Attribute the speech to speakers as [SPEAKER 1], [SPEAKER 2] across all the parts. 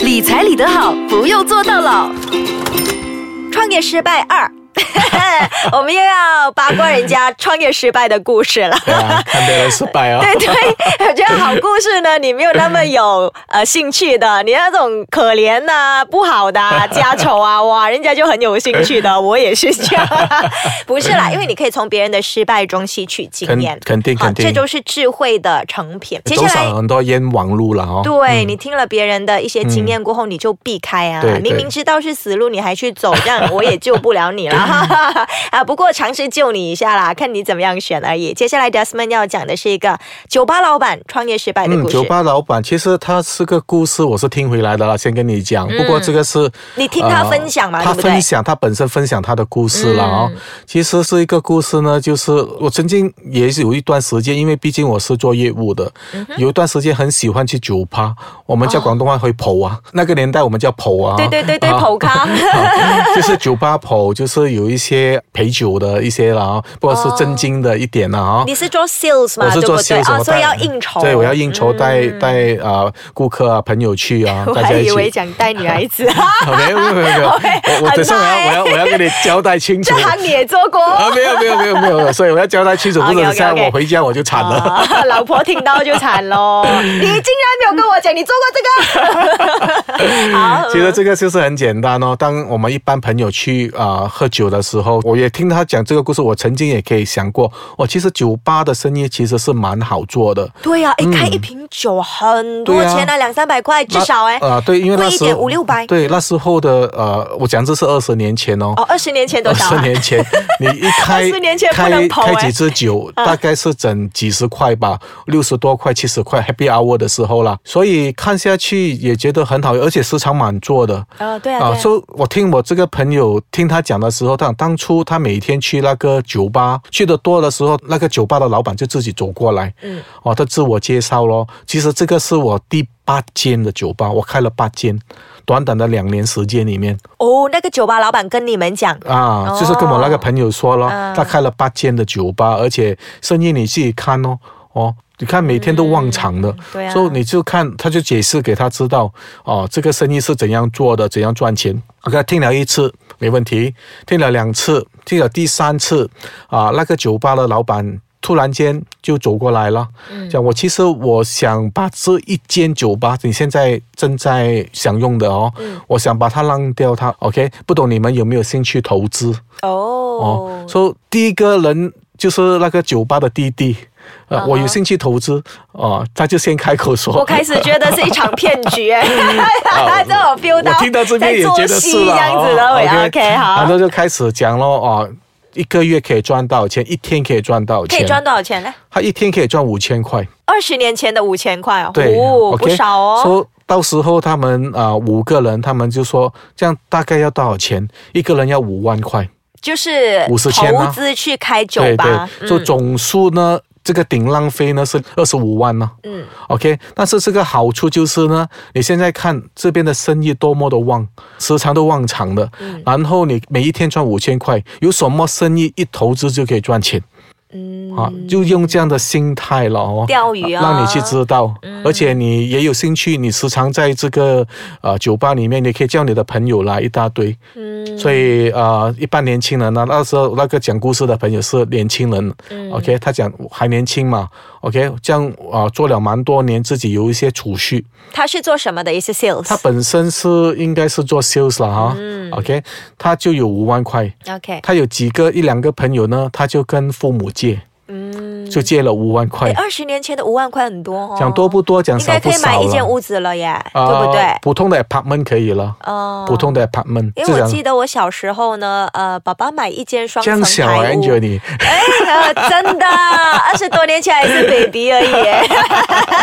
[SPEAKER 1] 理财理得好，不用做到老。
[SPEAKER 2] 创业失败二。 我们又要八卦人家创业失败的故事 了。
[SPEAKER 3] 对啊，看别人失败哦。
[SPEAKER 2] 对对，我觉得好故事呢，你没有那么 有呃兴趣的，你那种可怜呐、不好的 啊、家丑啊，哇，人家就很有兴趣的。我也是这 样，不是啦，因为你可以从别人的失败中吸取经
[SPEAKER 3] 肯
[SPEAKER 2] 验，
[SPEAKER 3] 肯定
[SPEAKER 2] 好，
[SPEAKER 3] 肯定
[SPEAKER 2] 这就是智慧的成品。接下
[SPEAKER 3] 走
[SPEAKER 2] 来
[SPEAKER 3] 上很多冤枉路了哦。
[SPEAKER 2] 哎
[SPEAKER 3] 嗯
[SPEAKER 2] 对、你听了别人的一些经验过后，你就避开啊
[SPEAKER 3] 对对！
[SPEAKER 2] 明明知道是死路，你还去走，这样我也救不了 你了啊！不过尝试救你一下啦，看你怎么样选而已。接下来 Desmond 要讲的是一个酒吧老板创业失败的
[SPEAKER 3] 嗯，
[SPEAKER 2] 故事，
[SPEAKER 3] 酒吧老板其实他是个故事，我是听回来的啦，先跟你讲。不过这个是、
[SPEAKER 2] 你嗯听他分享嘛
[SPEAKER 3] 呃他
[SPEAKER 2] 对不对嗯
[SPEAKER 3] 分享他本身分享他的故事了哦。其实是一个故事呢，就是我曾经也有一段时间，因为毕竟我是做业务的，
[SPEAKER 2] 嗯
[SPEAKER 3] 有一段时间很喜欢去酒吧，我们叫广东话会跑啊，那个年代我们叫跑啊。
[SPEAKER 2] 嗯对对对对，
[SPEAKER 3] 啊
[SPEAKER 2] 跑咖。
[SPEAKER 3] 啊就是酒吧跑，就是有一些陪酒的一些了啊、不过是
[SPEAKER 2] 哦
[SPEAKER 3] 真金的一点了啊、
[SPEAKER 2] 你是做 sales 嘛？
[SPEAKER 3] 我是做
[SPEAKER 2] 对不
[SPEAKER 3] sales，
[SPEAKER 2] 对？
[SPEAKER 3] 我
[SPEAKER 2] 哦，所以
[SPEAKER 3] 带
[SPEAKER 2] 要应酬。
[SPEAKER 3] 对，我要应酬带带啊顾客啊朋友去啊，
[SPEAKER 2] 我
[SPEAKER 3] 大家
[SPEAKER 2] 还
[SPEAKER 3] 一
[SPEAKER 2] 以为
[SPEAKER 3] 起。
[SPEAKER 2] 讲带女孩 子，
[SPEAKER 3] 没有没有没有没有，我我
[SPEAKER 2] 很
[SPEAKER 3] 等下我
[SPEAKER 2] 慢
[SPEAKER 3] 要我要我要跟你交代清
[SPEAKER 2] 这
[SPEAKER 3] 楚。
[SPEAKER 2] 行你也做过。
[SPEAKER 3] 啊，没有没有没有没有，所以我要交代清楚，不然
[SPEAKER 2] OK，OK，OK
[SPEAKER 3] 等下我回家我就惨了。
[SPEAKER 2] 啊老婆听到就惨喽！ 你竟然没有跟我讲你做过这个，好， 呃
[SPEAKER 3] 其实这个就是很简单哦。当我们一般朋友去啊、呃喝酒的时候，我也听他讲这个故事，我曾经也可以想过，哦，其实酒吧的生意其实是蛮好做的。
[SPEAKER 2] 对呀、啊，哎、开一瓶酒很多
[SPEAKER 3] 嗯对啊
[SPEAKER 2] 钱啊，两三百块至
[SPEAKER 3] 那
[SPEAKER 2] 少哎、
[SPEAKER 3] 啊、对，因为
[SPEAKER 2] 贵
[SPEAKER 3] 那
[SPEAKER 2] 一
[SPEAKER 3] 时
[SPEAKER 2] 点
[SPEAKER 3] 候
[SPEAKER 2] 五六百，
[SPEAKER 3] 对，那时候的呃，我讲这是二十年前哦。
[SPEAKER 2] 哦，二十 年前多
[SPEAKER 3] 二
[SPEAKER 2] 少、
[SPEAKER 3] 十
[SPEAKER 2] 啊？
[SPEAKER 3] 年前，你一开
[SPEAKER 2] 20年前不能
[SPEAKER 3] 开
[SPEAKER 2] 跑
[SPEAKER 3] 开
[SPEAKER 2] 欸
[SPEAKER 3] 几支酒，大概是整几十块吧，六十多块、七十块 Happy Hour 的时候啦。所以看下去也觉得很好，而且时常满座的。
[SPEAKER 2] 哦，对啊，对啊。
[SPEAKER 3] 所以我听我这个朋友听他讲的时候，他讲当初他每天去那个酒吧，去的多的时候，那个酒吧的老板就自己走过来，嗯，哦，他自我介绍咯。其实这个是我第八间的酒吧，我开了八间，短短的两年时间里面，
[SPEAKER 2] 哦，那个酒吧老板跟你们讲，
[SPEAKER 3] 啊，
[SPEAKER 2] 哦
[SPEAKER 3] 就是跟我那个朋友说了，
[SPEAKER 2] 嗯
[SPEAKER 3] 他开了八间的酒吧，而且生意你自己看哦，哦。你看每天都旺场的，
[SPEAKER 2] 对啊
[SPEAKER 3] 所以你就看，他就解释给他知道，哦，这个生意是怎样做的，怎样赚钱。我给他听了一次没问题，听了两次，听了第三次，啊，那个酒吧的老板突然间就走过来了，
[SPEAKER 2] 嗯
[SPEAKER 3] 讲我其实我想把这一间酒吧，你现在正在享用的哦，
[SPEAKER 2] 嗯
[SPEAKER 3] 我想把它让掉它，OK，不懂你们有没有兴趣投资？
[SPEAKER 2] 哦
[SPEAKER 3] 哦，，所、以第一个人就是那个酒吧的弟弟，
[SPEAKER 2] 嗯
[SPEAKER 3] 呃我有兴趣投资，哦、他就先开口说，
[SPEAKER 2] 我开始觉得是一场骗局， 哎， 这我 feel 到，
[SPEAKER 3] 啊我听到这边也觉得是
[SPEAKER 2] 这
[SPEAKER 3] 了，
[SPEAKER 2] 样子
[SPEAKER 3] 哦
[SPEAKER 2] 的喂，OK，
[SPEAKER 3] 然
[SPEAKER 2] 好，
[SPEAKER 3] 后就开始讲咯，哦，一个月可以赚多少钱，一天可以赚多少
[SPEAKER 2] 可
[SPEAKER 3] 钱，
[SPEAKER 2] 以赚多少钱呢？
[SPEAKER 3] 他一天可以赚五千块，
[SPEAKER 2] 二十年前的五千块哦，
[SPEAKER 3] 对、
[SPEAKER 2] 哦
[SPEAKER 3] o
[SPEAKER 2] 不
[SPEAKER 3] k
[SPEAKER 2] 少哦，
[SPEAKER 3] 说、到时候他们啊、呃五个人，他们就说这样大概要多少钱？一个人要五万块，
[SPEAKER 2] 就是
[SPEAKER 3] 50千啊
[SPEAKER 2] 投资去开酒
[SPEAKER 3] 对
[SPEAKER 2] 吧，嗯
[SPEAKER 3] 对，就总数呢，这个顶浪费呢是二十五万呢、
[SPEAKER 2] 嗯
[SPEAKER 3] OK，但是这个好处就是呢，你现在看这边的生意多么的旺，时常都旺场的，
[SPEAKER 2] 嗯
[SPEAKER 3] 然后你每一天赚五千块，有什么生意一投资就可以赚钱。
[SPEAKER 2] 嗯
[SPEAKER 3] 啊，就用这样的心态了哦，
[SPEAKER 2] 钓鱼啊
[SPEAKER 3] 让你去知道，
[SPEAKER 2] 嗯
[SPEAKER 3] 而且你也有兴趣，你时常在这个呃酒吧里面，你可以叫你的朋友来一大堆，
[SPEAKER 2] 嗯，
[SPEAKER 3] 所以呃，一般年轻人呢，那时候那个讲故事的朋友是年轻人、o
[SPEAKER 2] 嗯
[SPEAKER 3] k 他讲还年轻嘛，OK，这样啊、呃做了蛮多年，自己有一些储蓄，
[SPEAKER 2] 他是做什么的？一些 sales。
[SPEAKER 3] 他本身是应该是做 sales 了哈、o
[SPEAKER 2] 嗯
[SPEAKER 3] k 他就有五万块，
[SPEAKER 2] OK，
[SPEAKER 3] 他有几个一两个朋友呢，他就跟父母借，
[SPEAKER 2] 嗯，
[SPEAKER 3] 就借了五万块。
[SPEAKER 2] 哎二十年前的五万块很多哦，
[SPEAKER 3] 讲多不多，讲
[SPEAKER 2] 应
[SPEAKER 3] 少
[SPEAKER 2] 该可
[SPEAKER 3] 不
[SPEAKER 2] 以
[SPEAKER 3] 少
[SPEAKER 2] 买
[SPEAKER 3] 了。
[SPEAKER 2] 一间屋子了耶，
[SPEAKER 3] 啊
[SPEAKER 2] 对不对？
[SPEAKER 3] 普通的 apartment 可以了，
[SPEAKER 2] 哦
[SPEAKER 3] 普。通的 apartment
[SPEAKER 2] 因为
[SPEAKER 3] 这
[SPEAKER 2] 我
[SPEAKER 3] 样
[SPEAKER 2] 记得我小时候呢，呃，爸爸买一间双
[SPEAKER 3] 这
[SPEAKER 2] 层
[SPEAKER 3] 样小啊
[SPEAKER 2] 排屋，
[SPEAKER 3] ，Angel 你
[SPEAKER 2] 哎、 呃真的，二十多年前还是 baby 而已耶。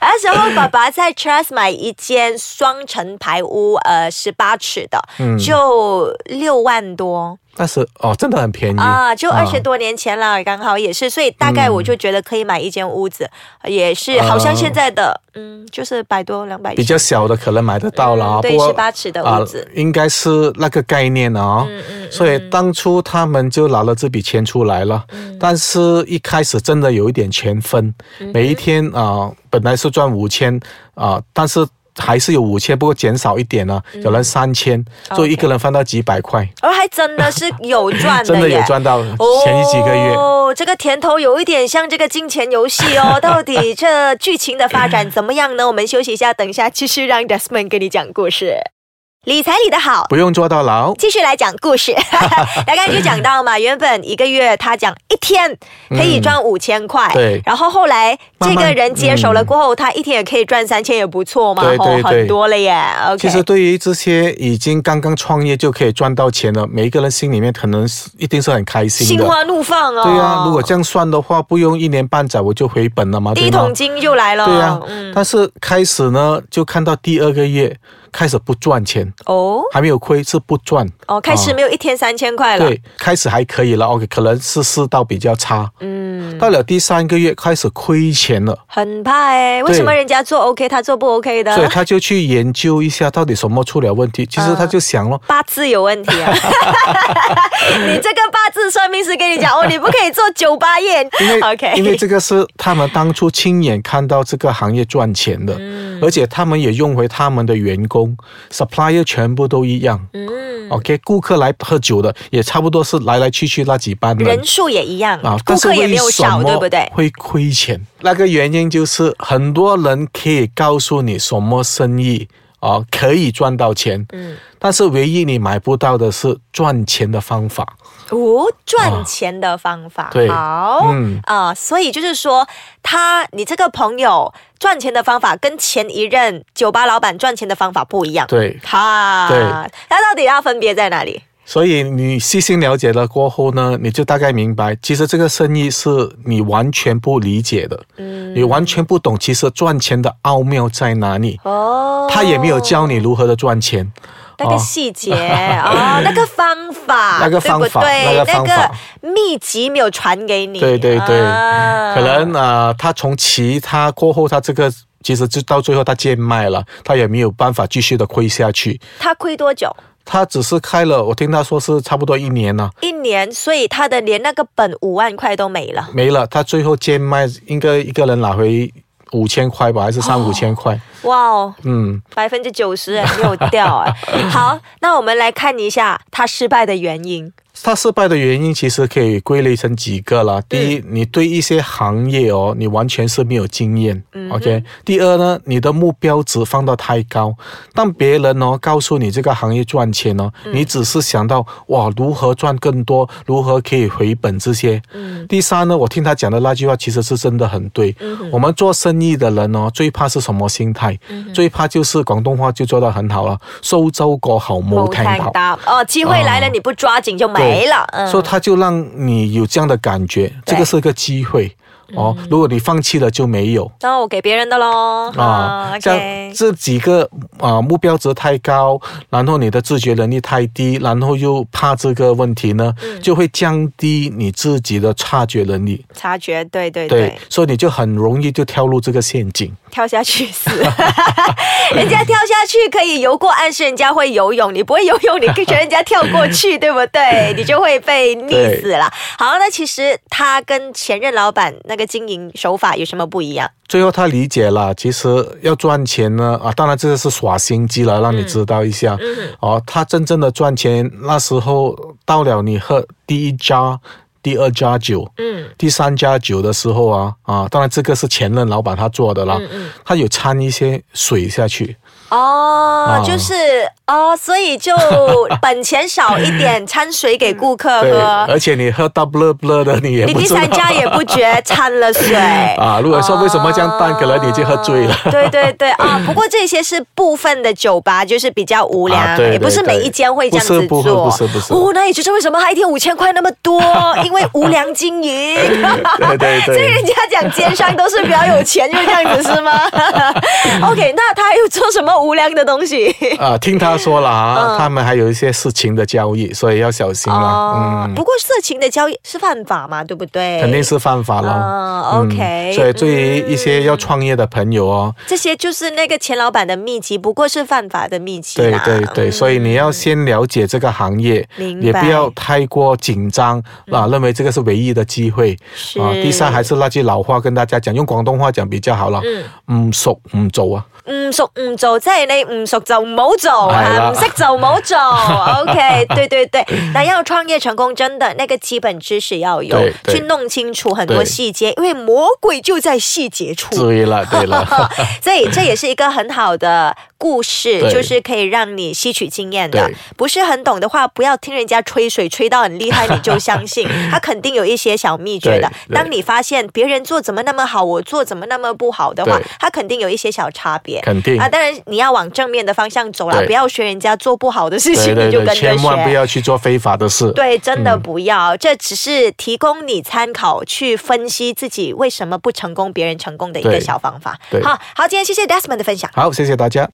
[SPEAKER 2] 那时候爸爸在 Charles 买一间双层排屋，呃，十八尺的，
[SPEAKER 3] 嗯
[SPEAKER 2] 就六万多。
[SPEAKER 3] 那是哦，真的很便宜
[SPEAKER 2] 啊，就二十多年前了，刚好也是，所以大概我
[SPEAKER 3] 嗯
[SPEAKER 2] 就觉得可以买一间屋子，也是好像现在的，嗯，就是百多两百
[SPEAKER 3] 呃比较小的可能买得到了啊，
[SPEAKER 2] 嗯对
[SPEAKER 3] 不过
[SPEAKER 2] 18尺的屋子
[SPEAKER 3] 啊，应该是那个概念啊、哦。嗯嗯所以当初他们就拿了这笔钱出来了，
[SPEAKER 2] 嗯
[SPEAKER 3] 但是一开始真的有一点钱分，每一天啊、本来是赚五千啊，但是。还是有五千，不过减少一点了，
[SPEAKER 2] 嗯
[SPEAKER 3] 有人三千，
[SPEAKER 2] 哦
[SPEAKER 3] 所以一个人翻到几百块，
[SPEAKER 2] 而哦还真的是有 赚的耶，
[SPEAKER 3] 真的有赚到前几个月。
[SPEAKER 2] 哦，这个甜头有一点像这个金钱游戏 哦。到底这剧情的发展怎么样呢？我们休息一下，等一下继续让 Desmond 给你讲故事。理财理得好，
[SPEAKER 3] 不用坐到牢，
[SPEAKER 2] 继续来讲故事， 大概就讲到嘛，原本一个月他讲一天可以赚五千块，
[SPEAKER 3] 嗯对
[SPEAKER 2] 然后后来这
[SPEAKER 3] 慢慢
[SPEAKER 2] 个人接手了过后，他一天也可以赚三千，也不错嘛，
[SPEAKER 3] 对
[SPEAKER 2] 吼
[SPEAKER 3] 对对
[SPEAKER 2] 很多了耶。OK，
[SPEAKER 3] 其实对于这些已经刚刚创业就可以赚到钱的，每一个人心里面可能是一定是很开心
[SPEAKER 2] 心
[SPEAKER 3] 的。
[SPEAKER 2] 花怒放哦。
[SPEAKER 3] 对啊，如果这样算的话，不用一年半载我就回本了 嘛，
[SPEAKER 2] 第
[SPEAKER 3] 对
[SPEAKER 2] 一
[SPEAKER 3] 吗
[SPEAKER 2] 桶？金就来了，
[SPEAKER 3] 对啊，
[SPEAKER 2] 嗯，
[SPEAKER 3] 但是开始呢，就看到第二个月开始不赚钱，
[SPEAKER 2] 哦
[SPEAKER 3] 还没有亏，是不赚。
[SPEAKER 2] 哦，开始
[SPEAKER 3] 啊
[SPEAKER 2] 没有一天三千块了，
[SPEAKER 3] 对，开始还可以了，OK，可能是世道比较差。
[SPEAKER 2] 嗯，
[SPEAKER 3] 到了第三个月开始亏钱了，
[SPEAKER 2] 很怕哎，为什么人家做 OK，他做不 OK
[SPEAKER 3] 所以
[SPEAKER 2] 的？
[SPEAKER 3] 他就去研究一下到底什么出了问题。其实他就想了，
[SPEAKER 2] 八字有问 题啊！ 你这个八字算命师跟你讲哦，你不可以做九八宴
[SPEAKER 3] 因 为
[SPEAKER 2] OK，
[SPEAKER 3] 因为这个是他们当初亲眼看到这个行业赚钱的，
[SPEAKER 2] 嗯
[SPEAKER 3] 而且他们也用回他们的员工，supplier 全部都一样。
[SPEAKER 2] 嗯
[SPEAKER 3] OK，顾客来喝酒的也差不多是来来去去那几班人
[SPEAKER 2] 人数也一样
[SPEAKER 3] 嗯啊，
[SPEAKER 2] 顾
[SPEAKER 3] 但是哦
[SPEAKER 2] 客也
[SPEAKER 3] 为
[SPEAKER 2] 没有
[SPEAKER 3] 什
[SPEAKER 2] 少，
[SPEAKER 3] 么
[SPEAKER 2] 对不对？
[SPEAKER 3] 会亏钱，那个原因就是很多人可以告诉你什么生意啊可以赚到钱，
[SPEAKER 2] 嗯，
[SPEAKER 3] 但是唯一你买不到的是赚钱的方法。
[SPEAKER 2] 哦，赚钱的方法，
[SPEAKER 3] 对
[SPEAKER 2] 好，
[SPEAKER 3] 嗯
[SPEAKER 2] 啊、所以就是说，他你这个朋友赚钱的方法跟前一任酒吧老板赚钱的方法不一样，
[SPEAKER 3] 对，
[SPEAKER 2] 哈，
[SPEAKER 3] 对
[SPEAKER 2] 那到底要分别在哪里？
[SPEAKER 3] 所以你细心了解了过后呢，你就大概明白，其实这个生意是你完全不理解的，嗯，你完全不懂，其实赚钱的奥妙在哪里。
[SPEAKER 2] 哦，
[SPEAKER 3] 他也没有教你如何的赚钱，
[SPEAKER 2] 那个
[SPEAKER 3] 哦
[SPEAKER 2] 细 节哦，那个方法，
[SPEAKER 3] 那个方法
[SPEAKER 2] 对不对？
[SPEAKER 3] 那个方法
[SPEAKER 2] 那个秘籍没有传给你，
[SPEAKER 3] 对对对
[SPEAKER 2] 啊
[SPEAKER 3] 可能啊，呃他从其他过后，他这个其实就到最后他贱卖了，他也没有办法继续的亏下去。
[SPEAKER 2] 他亏多久？
[SPEAKER 3] 他只是开了，我听他说是差不多一年了、啊
[SPEAKER 2] 一年，所以他的连那个本五万块都没了。
[SPEAKER 3] 没了。他最后贱卖应该一个人拿回五千块吧，还是三五千块？
[SPEAKER 2] 哇哦，
[SPEAKER 3] 嗯，
[SPEAKER 2] 百分之九十没有掉哎、好，那我们来看一下他失败的原因。
[SPEAKER 3] 他失败的原因其实可以归类成几个啦。第一，你对一些行业哦，你完全是没有经验、o k 第二呢，你的目标值放到太高，当别人哦告诉你这个行业赚钱哦，你只是想到哇如何赚更多，如何可以回本这些。第三呢，我听他讲的那句话其实是真的很对。我们做生意的人哦，最怕是什么心态？最怕就是广东话就做得很好了，收周过好冇聽
[SPEAKER 2] 探
[SPEAKER 3] 到。
[SPEAKER 2] 搭哦，机会来了你不抓紧就没了。嗯
[SPEAKER 3] 所以他就让你有这样的感觉，这个是个机会哦。
[SPEAKER 2] 嗯
[SPEAKER 3] 如果你放弃了就没有
[SPEAKER 2] 那我给别人的喽。
[SPEAKER 3] 啊。
[SPEAKER 2] o
[SPEAKER 3] 这样
[SPEAKER 2] k
[SPEAKER 3] 这几个啊、目标值太高，然后你的自觉能力太低，然后又怕这个问题呢，
[SPEAKER 2] 嗯
[SPEAKER 3] 就会降低你自己的察觉能力。
[SPEAKER 2] 察觉，对对
[SPEAKER 3] 对，
[SPEAKER 2] 对，
[SPEAKER 3] 所以你就很容易就跳入这个陷阱。
[SPEAKER 2] 跳下去死， 人家跳下去可以游过岸，是人家会游泳，你不会游泳，你跟着人家跳过去，对不 对？你就会被溺死了。好，那其实他跟前任老板那个经营手法有什么不一样？
[SPEAKER 3] 最后他理解了，其实要赚钱呢啊，当然这个是耍心机了，让你知道一下。
[SPEAKER 2] 嗯
[SPEAKER 3] 哦，他真正的赚钱那时候到了你喝第一家、第二家酒，
[SPEAKER 2] 嗯，
[SPEAKER 3] 第三家酒的时候啊啊，当然这个是前任老板他做的啦，
[SPEAKER 2] 嗯
[SPEAKER 3] 他有掺一些水下去，
[SPEAKER 2] 哦，
[SPEAKER 3] 啊
[SPEAKER 2] 就是哦，所以 就本钱少一点，掺水给顾客
[SPEAKER 3] 对，
[SPEAKER 2] 喝，
[SPEAKER 3] 而且你喝到不乐不乐的，你也
[SPEAKER 2] 呃你
[SPEAKER 3] 不
[SPEAKER 2] 第
[SPEAKER 3] 知道
[SPEAKER 2] 三家也哦不觉掺了水。
[SPEAKER 3] 啊。如果说为什么这样淡，可能你已经喝醉 了。
[SPEAKER 2] 哦 对对对啊，不过这些是部分的酒吧，就是比较无良，
[SPEAKER 3] 啊对对
[SPEAKER 2] 也不是每一间会这样子做。
[SPEAKER 3] 不是不是不是不是
[SPEAKER 2] 哦，那也就是为什么他一天五千块那么多，因为无良经营。
[SPEAKER 3] 对对
[SPEAKER 2] 所以
[SPEAKER 3] 对。
[SPEAKER 2] 人家讲奸商都是比较有钱，就是这样子是 吗 ？OK，那他还有做什么无良的东西？
[SPEAKER 3] 啊，听他说了啊，
[SPEAKER 2] 嗯
[SPEAKER 3] 他们还有一些事情的交易，所以要小心了。
[SPEAKER 2] 哦，
[SPEAKER 3] 嗯，
[SPEAKER 2] 不过色情的交易是犯法嘛，对不对？
[SPEAKER 3] 肯定是犯法了。嗯
[SPEAKER 2] 啊，OK，嗯
[SPEAKER 3] 所以对于一些要创业的朋友哦，
[SPEAKER 2] 这些就是那个前老板的秘籍，不过是犯法的秘籍
[SPEAKER 3] 对
[SPEAKER 2] 啦。嗯
[SPEAKER 3] 对对，所以你要先了解这个行业，
[SPEAKER 2] 明白嗯
[SPEAKER 3] 也不要太过紧张啊，认为这个是唯一的机会
[SPEAKER 2] 是
[SPEAKER 3] 啊。第三，还是那句老话跟大家讲，用广东话讲比较好了，嗯，熟唔做啊，
[SPEAKER 2] 唔熟唔做，即係你唔熟就唔好做，
[SPEAKER 3] 係啦
[SPEAKER 2] 啊唔識就唔好 做。OK，对对对，那要創業成功，真的那個基本知識要有
[SPEAKER 3] 對，對
[SPEAKER 2] 去弄清楚很多
[SPEAKER 3] 對
[SPEAKER 2] 細節，因為魔鬼就在細節處。
[SPEAKER 3] 对 了对了，
[SPEAKER 2] 所以这也是一个很好的故事，
[SPEAKER 3] 对
[SPEAKER 2] 就是可以让你吸取经验的
[SPEAKER 3] 对。
[SPEAKER 2] 不是很懂的话，不要听人家吹水吹到很厉害你就相 信，他肯定有一些小秘诀的
[SPEAKER 3] 对。对
[SPEAKER 2] 当你发现别人做怎么那么好，我做怎么那么不好的话
[SPEAKER 3] 对，
[SPEAKER 2] 他肯定有一些小差别。
[SPEAKER 3] 肯定
[SPEAKER 2] 啊，。当然你要往正面的方向走啦，
[SPEAKER 3] 对
[SPEAKER 2] 不要学人家做不好的事
[SPEAKER 3] 对
[SPEAKER 2] 情，
[SPEAKER 3] 对
[SPEAKER 2] 你就跟
[SPEAKER 3] 对，
[SPEAKER 2] 着学。
[SPEAKER 3] 千万不要去做非法的事。
[SPEAKER 2] 对，真
[SPEAKER 3] 嗯
[SPEAKER 2] 的不要，这只是提供你参考，去分析自己为什么不成功，别人成功的一个
[SPEAKER 3] 对
[SPEAKER 2] 小方法。
[SPEAKER 3] 对
[SPEAKER 2] 好好，今天谢谢 Desmond 的分享。
[SPEAKER 3] 好，谢谢大家。